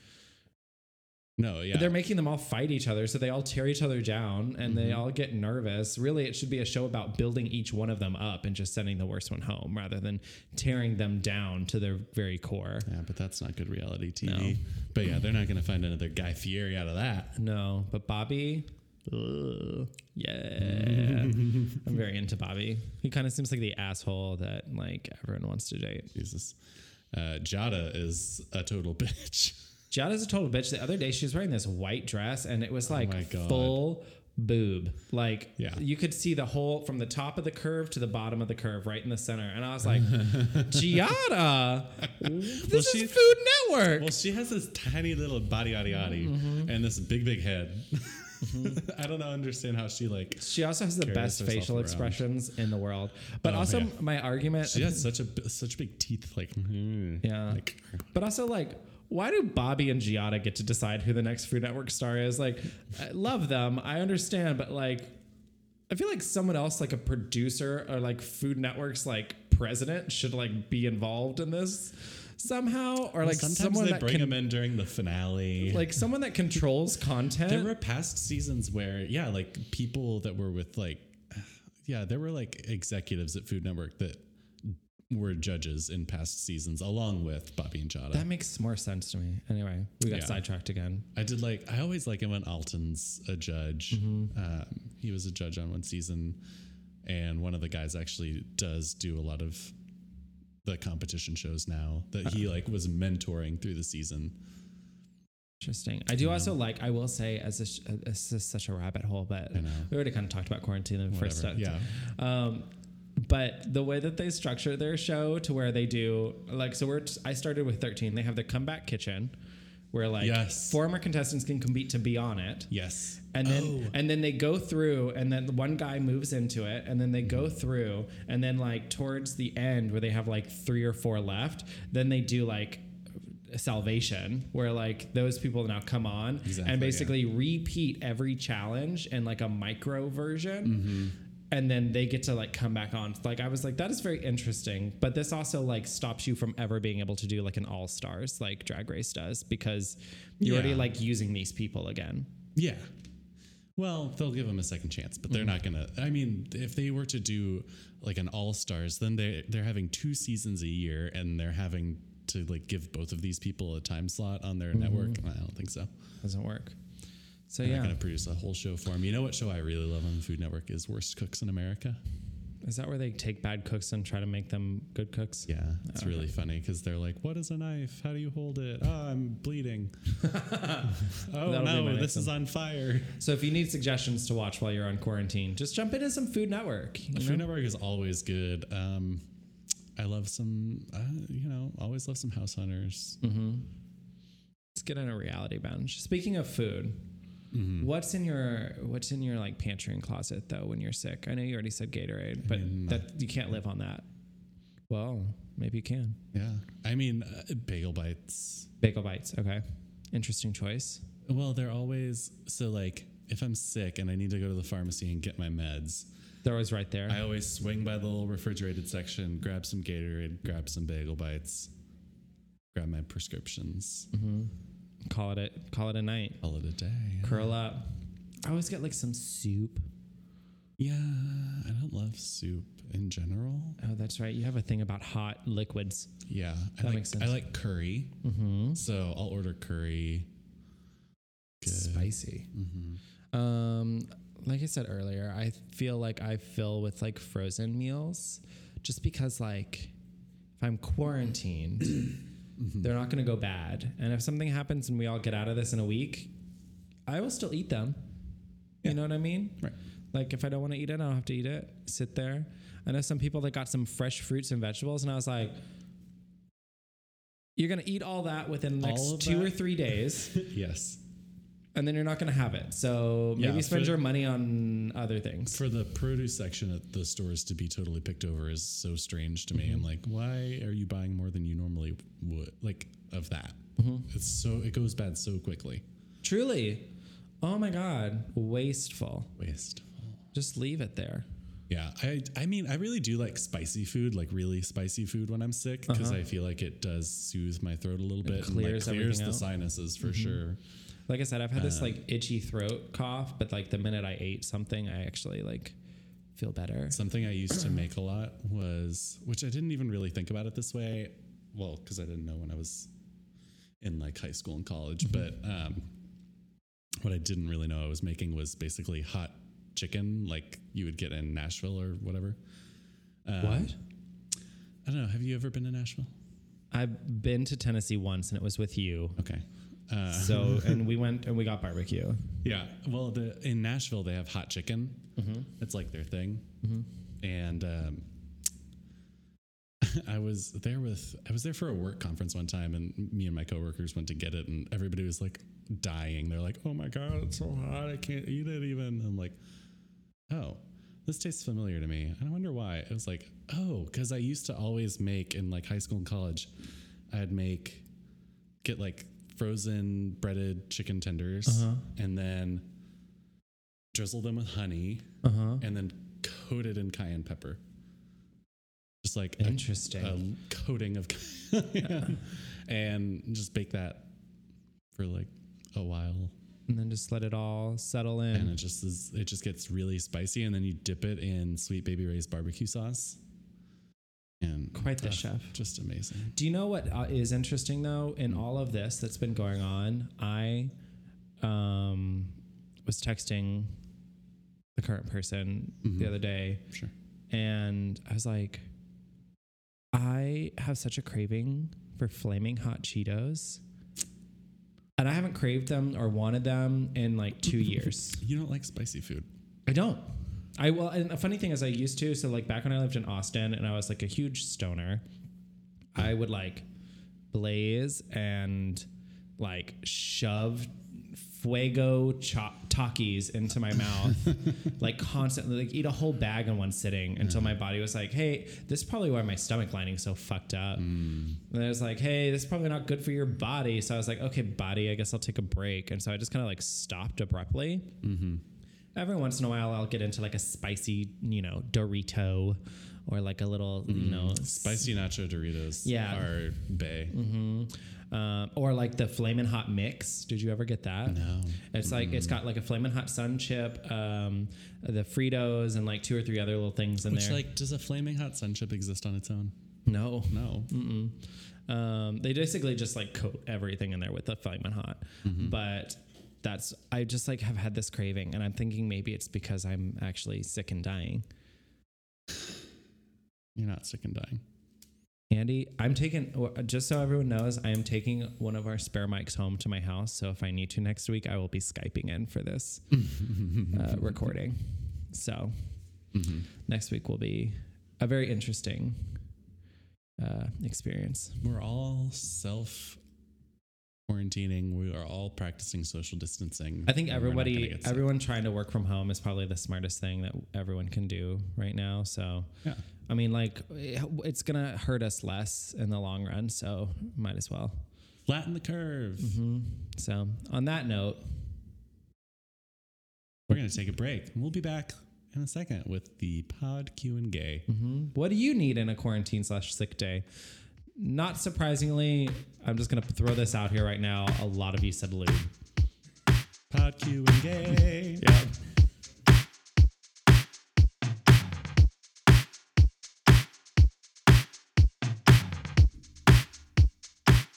S4: No, yeah,
S3: they're making them all fight each other, so they all tear each other down and
S4: Mm-hmm.
S3: they all get nervous. Really, it should be a show about building each one of them up and just sending the worst one home rather than tearing them down to their very core.
S4: yeah, but that's not good reality TV. But yeah, they're not going to find another Guy Fieri out of that.
S3: No, but Bobby. ugh, yeah, I'm very into Bobby. He kind of seems like the asshole that like everyone wants to date.
S4: Jesus, uh, Jada is a total bitch.
S3: Giada's a total bitch. The other day, she was wearing this white dress, and it was like
S4: Oh my God.
S3: full boob. Like
S4: Yeah.
S3: you could see the whole from the top of the curve to the bottom of the curve, right in the center. And I was like, Giada, this is
S4: she-
S3: Food Network.
S4: Well, she has this tiny little body, yaddy, yaddy,
S3: Mm-hmm.
S4: and this big, big head. I don't know, understand how she like.
S3: she also has the
S4: carries
S3: best
S4: herself
S3: facial
S4: around.
S3: expressions in the world. But
S4: Oh,
S3: also,
S4: yeah.
S3: my argument.
S4: She has such a b- such big teeth, like hmm.
S3: Yeah.
S4: like
S3: But also, like, why do Bobby and Giada get to decide who the next Food Network star is? Like, I love them. I understand, but like, I feel like someone else, like a producer or like Food Network's like president, should like be involved in this somehow, or like
S4: sometimes
S3: someone
S4: they
S3: that
S4: bring
S3: can,
S4: them in during the finale.
S3: like someone that controls content.
S4: there were past seasons where yeah like people that were with like yeah there were like executives at food network that were judges in past seasons along with bobby and jada
S3: that makes more sense to me. Anyway, we got
S4: Yeah.
S3: sidetracked again.
S4: i did like i always like him when alton's a judge
S3: Mm-hmm.
S4: um, he was a judge on one season and one of the guys actually does do a lot of the competition shows now that he like was mentoring through the season
S3: Interesting. I do also like. I will say, as a, sh- uh, this is such a rabbit hole, but we already kind of talked about quarantine in the first. uh,
S4: Whatever.
S3: step.
S4: yeah
S3: Um, but the way that they structure their show to where they do like so we're t- I started with 13. They have the comeback kitchen where like
S4: Yes.
S3: former contestants can compete to be on it.
S4: yes
S3: And then
S4: Oh.
S3: and then they go through and then one guy moves into it and then they go through and then like towards the end where they have like 3 or 4 left, then they do like salvation where like those people now come on
S4: Exactly,
S3: and basically repeat every challenge in like a micro version
S4: Mm-hmm.
S3: and then they get to like come back on. Like I was like, that is very interesting, but this also like stops you from ever being able to do like an all stars like Drag Race does because you're already
S4: Yeah.
S3: like using these people again.
S4: Yeah. Well, they'll give them a second chance, but they're not
S3: Mm-hmm.
S4: gonna. I mean, if they were to do like an All Stars, then they they're having two seasons a year, and they're having to like give both of these people a time slot on
S3: Mm-hmm.
S4: their network. I don't think so.
S3: Doesn't work. So
S4: They're
S3: yeah,
S4: not gonna produce a whole show for them. You know what show I really love on the Food Network is Worst Cooks in America.
S3: is that where they take bad cooks and try to make them good cooks?
S4: Yeah, it's really funny because they're like, "What is a knife? How do you hold it? Oh, I'm bleeding. oh
S3: That'll be my
S4: no,
S3: next
S4: this is on fire."
S3: So if you need suggestions to watch while you're on quarantine, just jump into some Food Network. you know?
S4: Food Network is always good. Um, I love some, uh, you know, always love some House Hunters.
S3: Hmm. Let's get on a reality binge. Speaking of food,
S4: Mm-hmm.
S3: what's in your what's in your like pantry and closet though when you're sick? I know you already said Gatorade, but
S4: Mm-hmm.
S3: that you can't live on that. Well, maybe you can.
S4: Yeah, I mean, uh, bagel bites.
S3: Bagel bites, okay. Interesting choice.
S4: Well, they're always so like if I'm sick and I need to go to the pharmacy and get my meds,
S3: They're always right there.
S4: I always swing by the little refrigerated section, grab some Gatorade, grab some bagel bites, grab my prescriptions.
S3: Hmm. call it a call it a night.
S4: Call it a day.
S3: Curl up. I always get like some soup.
S4: Yeah, I don't love soup in general.
S3: Oh, that's right. You have a thing about hot liquids.
S4: Yeah, I
S3: That
S4: like
S3: makes sense.
S4: I like curry,
S3: Mm-hmm.
S4: so I'll order curry.
S3: Spicy.
S4: Mm-hmm.
S3: Um, like I said earlier, I feel like I fill with like frozen meals just because like if I'm quarantined, they're not gonna go bad. And if something happens and we all get out of this in a week, I will still eat them. You know what I mean?
S4: Right.
S3: Like if I don't want to eat it, I don't have to eat it. Sit there. I know some people that got some fresh fruits and vegetables, and I was like, "You're gonna eat all that within the
S4: All of
S3: next two
S4: that?
S3: or three days."
S4: Yes.
S3: and then you're not going to have it. So maybe
S4: Yeah,
S3: spend
S4: for-
S3: your money on other things.
S4: For the produce section at the stores to be totally picked over is so strange to me.
S3: Mm-hmm.
S4: I'm like, why are you buying more than you normally would? Like of that.
S3: Mm-hmm.
S4: It's so it goes bad so quickly.
S3: Truly. Oh my God. Wasteful.
S4: Wasteful.
S3: Just leave it there.
S4: Yeah, I I mean I really do like spicy food, like really spicy food when I'm sick because I feel like it does soothe my throat a little bit
S3: Uh-huh. clears
S4: and like clears
S3: everything
S4: the
S3: out. Mm-hmm.
S4: sinuses for sure.
S3: Like I said, I've had
S4: Uh.
S3: this like itchy throat cough, but like the minute I ate something, I actually like feel better.
S4: Something I used to make a lot was, which I didn't even really think about it this way. Well, because I didn't know when I was in like high school and college, but um, what I didn't really know I was making was basically hot chicken, like you would get in Nashville or whatever. Um, I don't know. Have you ever been to Nashville?
S3: I've been to Tennessee once and it was with you.
S4: Okay. Uh,
S3: So, and we went and we got barbecue.
S4: Yeah. Well, the in Nashville they have hot chicken. It's like their thing.
S3: Mm-hmm.
S4: And um, I was there with I was there for a work conference one time, and me and my coworkers went to get it, and everybody was like dying. They're like, "Oh my god, it's so hot! I can't eat it even." I'm like, "Oh." This tastes familiar to me. And I wonder why. It was like, oh, because I used to always make in like high school and college, I'd make get like frozen breaded chicken tenders and then drizzle them with honey
S3: Uh huh.
S4: and then coat it in cayenne pepper. Just like a,
S3: Interesting.
S4: a coating of cayenne and just bake that for like a while.
S3: and then just let it all settle in.
S4: And it just is, it just gets really spicy and then you dip it in sweet baby Ray's barbecue sauce. And
S3: Quite the
S4: ah,
S3: chef.
S4: Just amazing.
S3: Do you know what uh, is interesting though in all of this that's been going on? I um, was texting the current person the other day,
S4: Sure.
S3: and I was like, I have such a craving for flaming hot Cheetos, and I haven't craved them or wanted them in like two years.
S4: You don't like spicy food.
S3: I don't. I well, and a funny thing is, I used to. So like back when I lived in Austin, and I was like a huge stoner, I would like blaze and like shove fuego cho- takis into my mouth, like constantly, like eat a whole bag in one sitting until my body was like, "Hey, this is probably why my stomach lining's so fucked up." And I was like, hey, this is probably not good for your body. So I was like, okay, body, I guess I'll take a break. And so I just kind of like stopped abruptly. Every once in a while, I'll get into like a spicy, you know, Dorito or like a little, you know,
S4: Spicy nacho Doritos
S3: Yeah. Mm-hmm.
S4: are bay.
S3: um, or like the flamin' hot mix. Did you ever get that?
S4: No.
S3: It's like it's got like a flamin' hot sun chip, um, the Fritos, and like two or three other little things in
S4: Which,
S3: there.
S4: like, does a flaming hot sun chip exist on its own?
S3: no,
S4: No.
S3: Mm. Um, they basically just like coat everything in there with the Flamin' Hot. But that's I just like have had this craving, and I'm thinking maybe it's because I'm actually sick and dying.
S4: You're not sick and dying.
S3: Andy, I'm taking or- just so everyone knows, I am taking one of our spare mics home to my house. So if I need to next week, I will be skyping in for this uh, recording. So Mm-hmm. next week will be a very interesting uh, experience.
S4: We're all self quarantining. We are all practicing social distancing.
S3: I think
S4: We're not gonna
S3: everybody,
S4: get sick.
S3: everyone trying to work from home is probably the smartest thing that everyone can do right now. So,
S4: Yeah.
S3: I mean, like, it- it's gonna hurt us less in the long run. So, might as well.
S4: Flatten the curve.
S3: Mm-hmm. So, on that note,
S4: We're going to take a break. We'll be back in a second with the pod Q and gay.
S3: What do you need in a quarantine slash sick day? Not surprisingly, I'm just gonna throw this out here right now. A lot of you said lube.
S4: Pod Q and gay.
S3: Yeah.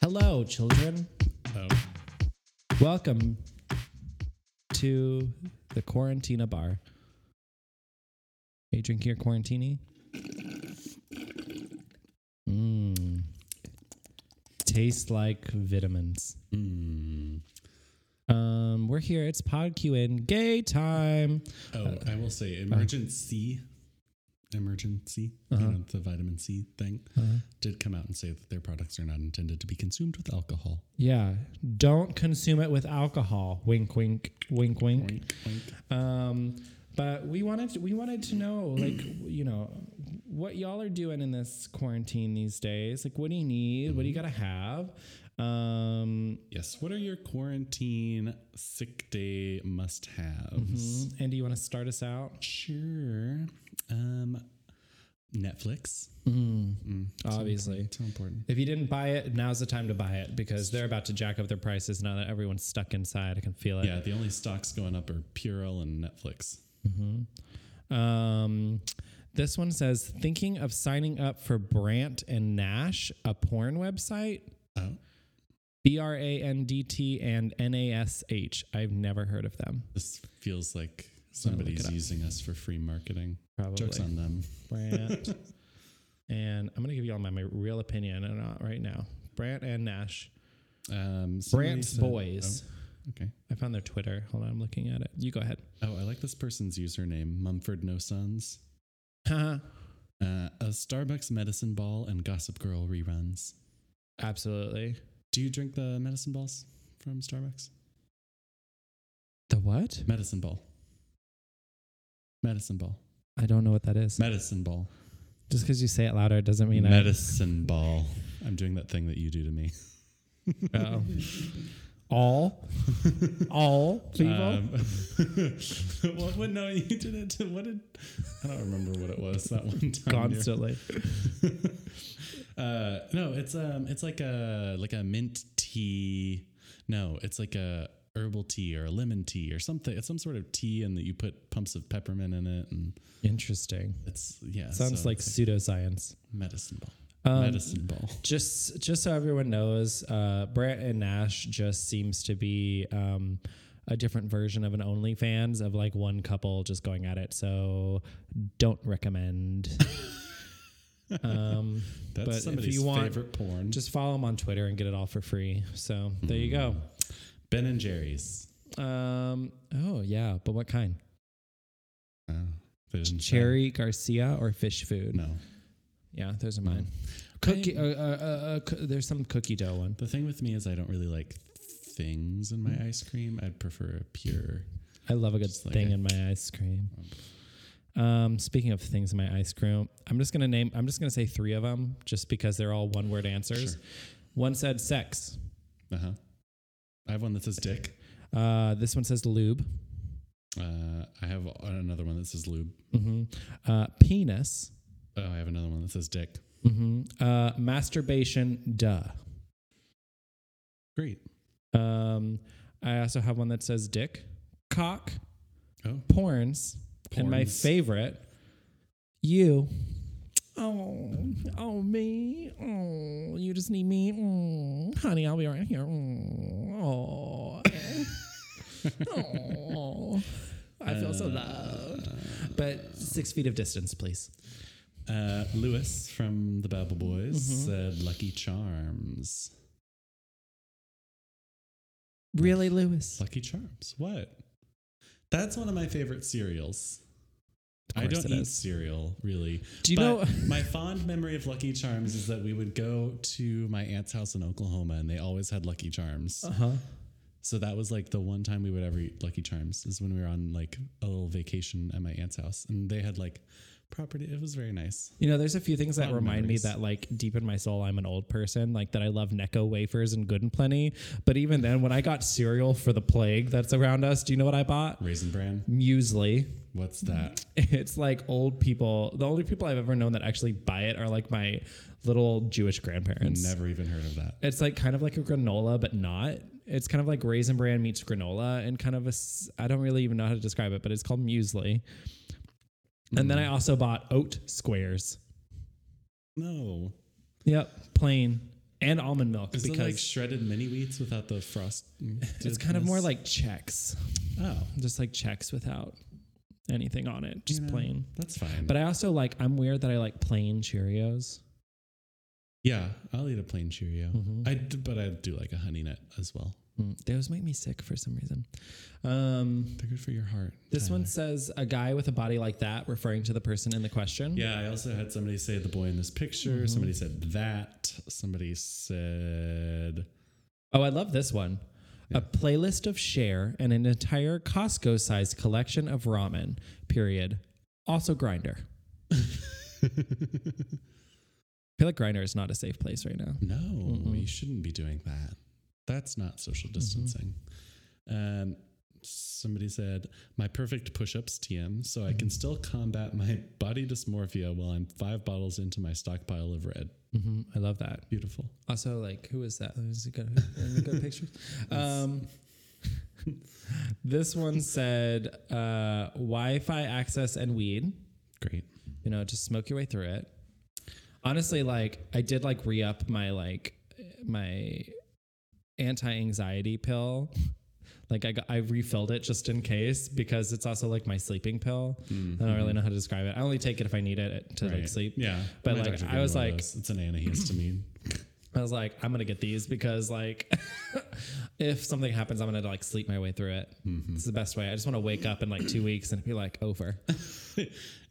S3: Hello, children.
S4: Oh,
S3: Welcome to the Quarantina Bar. Are you drinking your Quarantini? Mmm. Tastes like vitamins. Mm. Um, we're here. It's Pod QN Gay Time.
S4: oh, I will
S3: Uh-huh.
S4: say emergency. Emergency,
S3: Uh-huh.
S4: you know, the vitamin C thing, did come out and say that their products are not intended to be consumed with alcohol.
S3: Yeah. Don't consume it with alcohol. Wink, wink, wink, wink.
S4: Wink, wink.
S3: Um, but we wanted to, we wanted to know like you know what y'all are doing in this quarantine these days. Like, what do you need? What do you gotta have? Um,
S4: Yes. What are your quarantine sick day must haves?
S3: and do you want to start us out?
S4: Sure. Um, Netflix.
S3: Obviously.
S4: So important.
S3: If you didn't buy it, now's the time to buy it because they're about to jack up their prices now that everyone's stuck inside. I can feel it.
S4: Yeah, the only stocks going up are Purell and Netflix.
S3: Um, this one says thinking of signing up for Brant and Nash, a porn website.
S4: Oh.
S3: B R A N D T and N A S H. I've never heard of them.
S4: This feels like
S3: gonna look it
S4: somebody's
S3: up.
S4: using us for free marketing.
S3: Probably.
S4: Jokes on them.
S3: Brant. and I'm going to give you all my, my real opinion and not right now. Brant and Nash.
S4: Um, somebody
S3: Brant's
S4: said-
S3: Boys.
S4: oh, okay.
S3: I found their Twitter. Hold on, I'm looking at it. You go ahead.
S4: Oh, I like this person's username, Mumford No Sons.
S3: Haha.
S4: Uh, a Starbucks medicine ball and Gossip Girl reruns.
S3: Absolutely.
S4: Do you drink the medicine balls from Starbucks?
S3: The what?
S4: Medicine ball. Medicine ball.
S3: I don't know what that is.
S4: Medicine ball.
S3: Just because you say it louder doesn't mean I.
S4: medicine ball. I'm doing that thing that you do to me.
S3: Oh. All, all people.
S4: Um, what, what? No, you did it. To, what did? I don't remember what it was that one time.
S3: constantly.
S4: Uh, no, it's um, it's like a like a mint tea. No, it's like a herbal tea or a lemon tea or something. It's some sort of tea, and that you put pumps of peppermint in it, and
S3: Interesting.
S4: it's yeah.
S3: Sounds
S4: so
S3: like
S4: it's
S3: pseudoscience.
S4: medicine ball.
S3: Um,
S4: medicine ball.
S3: Just just so everyone knows, uh, Brant and Nash just seems to be um, a different version of an OnlyFans of like one couple just going at it. So don't recommend. um,
S4: That's
S3: but if
S4: somebody's
S3: you want-
S4: favorite porn.
S3: just follow them on Twitter and get it all for free. So there you go.
S4: Ben and Jerry's.
S3: Um, oh yeah, but what kind?
S4: Oh, they didn't show.
S3: Cherry Garcia or fish food?
S4: No.
S3: Yeah, those are mine. Cookie. Uh, uh, uh, uh, coo- there's some cookie dough one.
S4: The thing with me is I don't really like things in
S3: Hmm.
S4: my ice cream. I'd prefer a pure.
S3: I love a good
S4: like
S3: thing
S4: a- Oh.
S3: in my ice cream. Um, speaking of things in my ice cream, I'm just gonna name. I'm just gonna say three of them, just because they're all one word answers.
S4: Sure.
S3: One said sex.
S4: Uh huh. I have one that says dick.
S3: Uh, this one says lube.
S4: Uh, I have another one that says lube.
S3: hmm Uh, penis.
S4: Oh, I have another one that says dick.
S3: hmm Uh, masturbation. Duh.
S4: Great.
S3: Um, I also have one that says dick, cock,
S4: Oh,
S3: porns, and my
S4: Porns.
S3: favorite, you. Oh, oh me, oh, you just need me, oh, honey. I'll be right here. Oh, oh, I feel so loved. But six feet of distance, please.
S4: uh, Lewis from the Babel Boys
S3: Mm-hmm.
S4: said Lucky Charms.
S3: Really, Lewis?
S4: Lucky Charms. What? That's one of my favorite cereals.
S3: Of
S4: I
S3: course
S4: don't
S3: it
S4: eat
S3: is.
S4: cereal really.
S3: Do you
S4: but
S3: know-
S4: my fond memory of Lucky Charms is that we would go to my aunt's house in Oklahoma and they always had Lucky Charms.
S3: Huh?
S4: So that was like the one time we would ever eat Lucky Charms is when we were on like a little vacation at my aunt's house and they had like property. It was very nice.
S3: You know, there's a few things that
S4: Fond
S3: remind
S4: memories.
S3: me that, like, deep in my soul, I'm an old person. Like that, I love Necco wafers and Good and Plenty. But even then, when I got cereal for the plague that's around us, do you know what I bought?
S4: Raisin bran.
S3: Muesli.
S4: What's that?
S3: It's like old people. The only people I've ever known that actually buy it are like my little Jewish grandparents.
S4: Never even heard of that.
S3: It's like kind of like a granola, but not. It's kind of like raisin bran meets granola, and kind of a. s- I don't really even know how to describe it, but it's called muesli. And then I also bought oat squares.
S4: No.
S3: Yep, plain and almond milk
S4: Is
S3: because
S4: it like shredded mini wheats without the frost?
S3: it's kind of more like checks,
S4: oh,
S3: just like checks without anything on it, just
S4: you know,
S3: plain.
S4: That's fine.
S3: But I also like. I'm weird that I like plain Cheerios.
S4: yeah, I'll eat a plain Cheerio.
S3: Mm-hmm.
S4: I d- but I do like a honey nut as well.
S3: Mm, Those make me sick for some reason. Um,
S4: They're good for your heart.
S3: This
S4: Tyler.
S3: one says a guy with a body like that, referring to the person in the question.
S4: Yeah, I also had somebody say the boy in this picture.
S3: Mm-hmm.
S4: Somebody said that. Somebody said
S3: Oh, I love this one. A playlist of share and an entire Costco sized collection of ramen, period. Also grinder. I feel like grinder is not a safe place right now.
S4: no.
S3: Mm-hmm.
S4: We shouldn't be doing that. That's not social distancing. Um, somebody said my perfect push-ups TM, so I
S3: Mm-hmm.
S4: can still combat my body dysmorphia while I'm five bottles into my stockpile of red.
S3: hmm I love that.
S4: Beautiful.
S3: Also, like, who is that? Is it good? Any good pictures? Um, this one said uh, Wi Fi access and weed.
S4: Great.
S3: you know just smoke your way through it honestly like i did like re-up my like my anti-anxiety pill like I, got, I refilled it just in case because it's also like my sleeping pill i don't really know how to describe it i only take it if i need it to like
S4: Right.
S3: sleep
S4: Yeah.
S3: But,
S4: My
S3: like,
S4: doctor
S3: I
S4: gave me
S3: was
S4: one of
S3: like-
S4: those. it's an antihistamine.
S3: i was like i'm gonna get these because like if something happens i'm gonna like sleep my way through it it's the best way i just want to wake up in like two weeks and be like over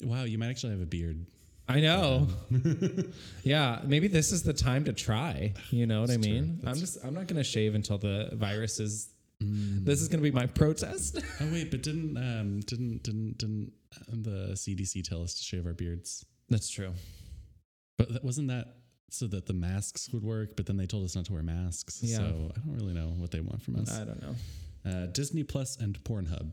S4: wow, you might actually have a beard.
S3: I know. yeah, maybe this is the time to try. You know what I mean? I'm just I'm not gonna shave until the virus is. This is gonna be my protest.
S4: Oh wait, but didn't um didn't didn't didn't uh, the CDC tell us to shave our beards?
S3: That's true.
S4: But that, wasn't that so that the masks would work? But then they told us not to wear masks.
S3: Yeah.
S4: So I don't really know what they want from us.
S3: I don't know.
S4: Uh, Disney Plus and Pornhub,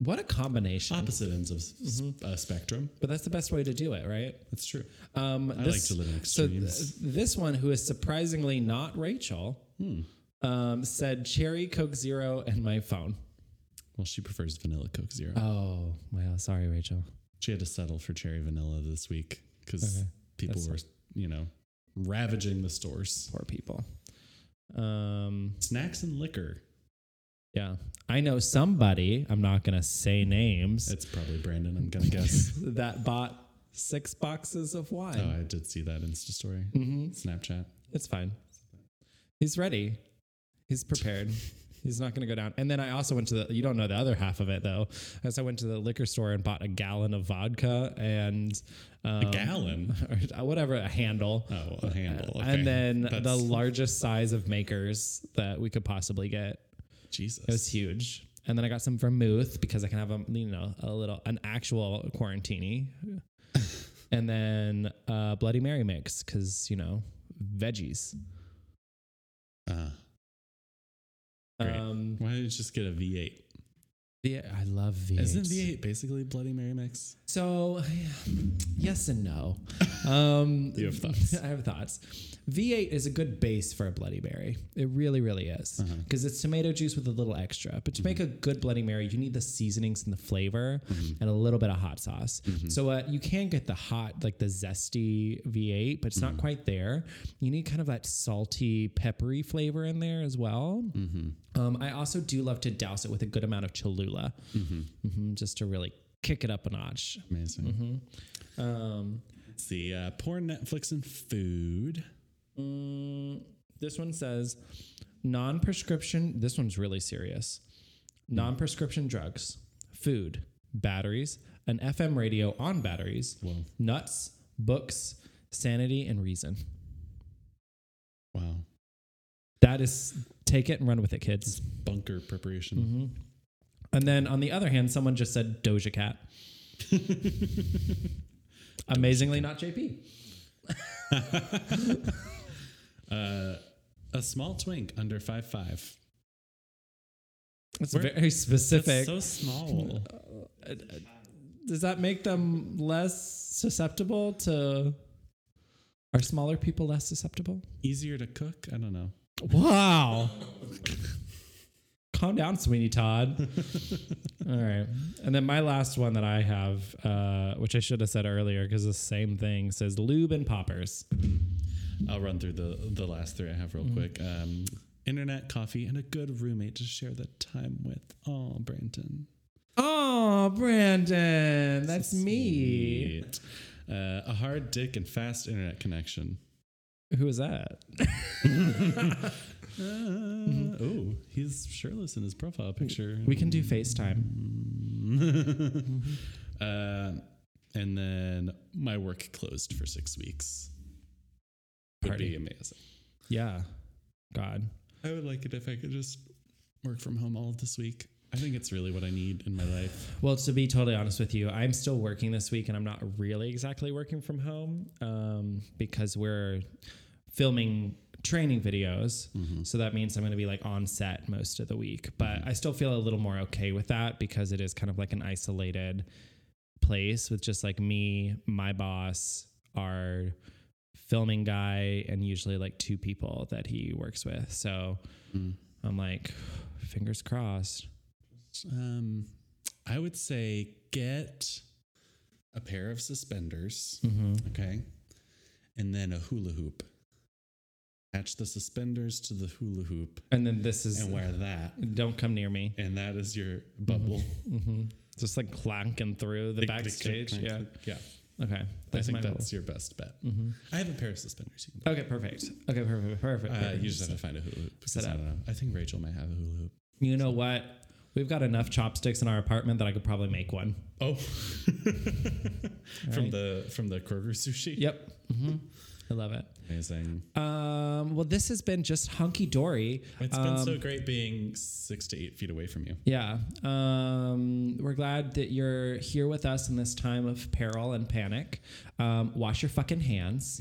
S3: What a combination.
S4: opposite ends of s
S3: Mm-hmm.
S4: uh, spectrum.
S3: But that's the best way to do it, right?
S4: That's true.
S3: Um,
S4: I like to live in extremes.
S3: So th- this one, who is surprisingly not Rachel,
S4: Hmm.
S3: um, said cherry Coke Zero and my phone.
S4: Well, she prefers vanilla Coke Zero.
S3: Oh, wow. Sorry, Rachel.
S4: she had to settle for cherry vanilla this week because
S3: Okay.
S4: people
S3: That's
S4: were, you know, ravaging the stores.
S3: Poor people. Um,
S4: Snacks and liquor.
S3: Yeah. I know somebody, I'm not going to say names,
S4: It's probably Brandon. I'm gonna guess.
S3: that bought six boxes of wine. Mm-hmm.
S4: oh, I did see that Insta story. Snapchat.
S3: It's fine. He's ready. He's prepared. He's not going to go down. And then I also went to the, you don't know the other half of it though, as I went to the liquor store and bought a gallon of vodka and um,
S4: Gallon.
S3: or uh, whatever, a handle.
S4: Oh, a handle. Okay.
S3: And then the
S4: That's-
S3: largest size of makers that we could possibly get.
S4: Jesus.
S3: It was huge. And then I got some vermouth because I can have a you know a little an actual quarantini. and then uh, Bloody Mary mix because you know veggies.
S4: Uh, Great.
S3: Um,
S4: why don't you just get a V8?
S3: yeah, I love V8.
S4: Isn't V8 basically Bloody Mary mix?
S3: So yes and no. Um,
S4: You have thoughts.
S3: I have thoughts. V8 is a good base for a Bloody Mary. It really, really is
S4: Uh-huh.
S3: because it's tomato juice with a little extra. But to make
S4: Mm-hmm.
S3: a good Bloody Mary, you need the seasonings and the flavor and a little bit of hot sauce.
S4: Mm-hmm.
S3: So uh, you can get the hot, like the zesty V8, but it's
S4: Mm-hmm.
S3: not quite there. You need kind of that salty, peppery flavor in there as well.
S4: Mm-hmm.
S3: Um, I also do love to douse it with a good amount of Cholula,
S4: Mm-hmm.
S3: Mhm, just to really kick it up a notch.
S4: Amazing.
S3: Mm-hmm. Um,
S4: See, uh, porn, Netflix, and food.
S3: Mm, this one says non prescription. This one's really serious. Non prescription drugs, food, batteries, an FM radio on batteries,
S4: Whoa.
S3: nuts, books, sanity, and reason.
S4: Wow.
S3: That is take it and run with it, kids.
S4: Bunker preparation.
S3: Mm-hmm. Mm-hmm. And then on the other hand, someone just said Doja Cat. Amazingly, not JP.
S4: A small twink under five five.
S3: That's
S4: We're-
S3: very specific.
S4: That's so small.
S3: Does that make them less susceptible to? Are smaller people less susceptible?
S4: Easier to cook. I don't know.
S3: Wow. Calm down, Sweeney Todd. All right. And then my last one that I have, uh, which I should have said earlier because the same thing says lube and poppers.
S4: I'll run through the the last three I have
S3: Mm-hmm.
S4: real quick. Um, internet, coffee, and a good roommate to share the time with. Oh, Brandon.
S3: Oh, Brandon, that's me.
S4: Sweet. Uh, a hard dick and fast internet connection.
S3: Who is that?
S4: Uh, Oh, he's shirtless in his profile picture.
S3: Mm-hmm. We can do FaceTime.
S4: uh, and then my work closed for six weeks. Would
S3: Party.
S4: be amazing.
S3: Yeah. God.
S4: I would like it if I could just work from home all of this week. I think it's really what I need in my life.
S3: Well, to be totally honest with you, I'm still working this week and I'm not really exactly working from home um, because we're filming training videos. So that means I'm going to be like on set most of the week. But I still feel a little more okay with that because it is kind of like an isolated place with just like me, my boss, our filming guy, and usually like two people that he works with. So I'm like, fingers crossed.
S4: Um, I would say get a pair of suspenders,
S3: Mm-hmm.
S4: okay, and then a hula hoop. Attach the suspenders to the hula hoop
S3: And then this is.
S4: and wear that,
S3: Don't come near me. Mm-hmm.
S4: and that is your bubble.
S3: Just like clanking through the
S4: Click, click, click,
S3: backstage.
S4: click,
S3: yeah.
S4: click. yeah.
S3: Okay.
S4: I think
S3: my
S4: that's your best bet. I have a pair of suspenders. You can
S3: goal. Okay, perfect. Okay, perfect. Perfect.
S4: Uh,
S3: perfect.
S4: you just have to find a hula hoop. because
S3: Set
S4: I
S3: up.
S4: don't know. I think Rachel might have a hula hoop.
S3: you know what? We've got enough chopsticks in our apartment that I could probably make one.
S4: Oh, from
S3: right.
S4: the from the Kroger sushi.
S3: Yep. hmm I love it.
S4: amazing.
S3: Um, well, this has been just hunky dory.
S4: It's been
S3: Um,
S4: so great being six to eight feet away from you.
S3: Yeah. Um, we're glad that you're here with us in this time of peril and panic. Um, wash your fucking hands.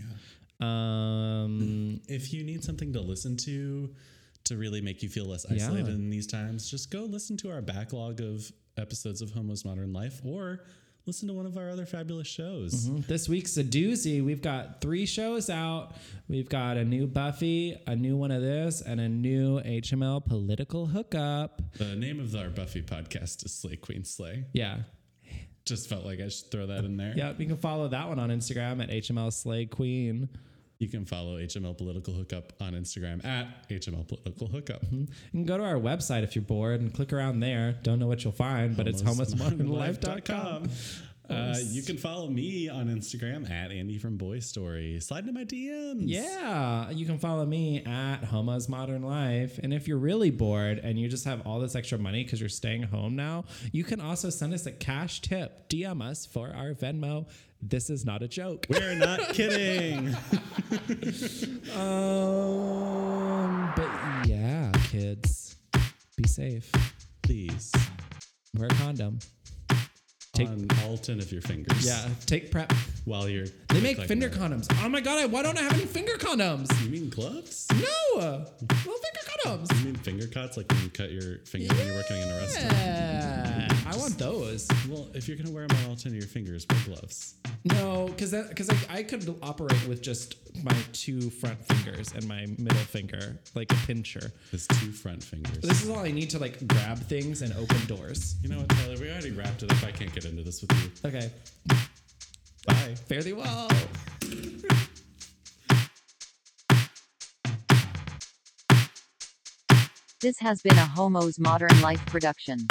S3: Um,
S4: If you need something to listen to to really make you feel less isolated in these times, just go listen to our backlog of episodes of Homo's Modern Life, or listen to one of our other fabulous shows.
S3: This week's a doozy. We've got three shows out. We've got a new Buffy, a new one of this, and a new HML political hookup.
S4: The name of our Buffy podcast is Slay Queen Slay.
S3: Yeah.
S4: Just felt like I should throw that in there.
S3: Yeah, you can follow that one on Instagram at HML Slay Queen.
S4: You can follow HML Political Hookup on Instagram at HML Political Hookup.
S3: You can go to our website if you're bored and click around there. Don't know what you'll find, but it's homelessmodernlife.com.
S4: HomelessModernLife.com. Uh, you can follow me on Instagram at Andy from Boy Story. Slide into my DMs.
S3: Yeah, you can follow me at Homa's Modern Life. And if you're really bored and you just have all this extra money because you're staying home now, you can also send us a cash tip. DM us for our Venmo. This is not a joke.
S4: We're not kidding.
S3: Um, but yeah, kids, be safe.
S4: Please.
S3: Wear a condom. Take-
S4: on all 10 of your fingers.
S3: Yeah, take prep.
S4: While you're.
S3: They make
S4: like
S3: finger
S4: that.
S3: condoms. Oh my god, I, why don't I have any finger condoms?
S4: You mean gloves?
S3: No, little finger condoms.
S4: You mean finger cuts? Like when you cut your finger when you're working in a restaurant?
S3: Yeah, I want those.
S4: Well, if you're going to wear them on all 10 of your fingers, wear gloves.
S3: No, because because I, I could operate with just my two front fingers and my middle finger, like a pincher.
S4: There's two front fingers.
S3: This is all I need to like grab things and open doors.
S4: You know what, Tyler? We already wrapped it up. I can't get into this with you.
S3: Okay,
S4: Bye.
S3: fare thee well.
S5: This has been a Homo's Modern Life production.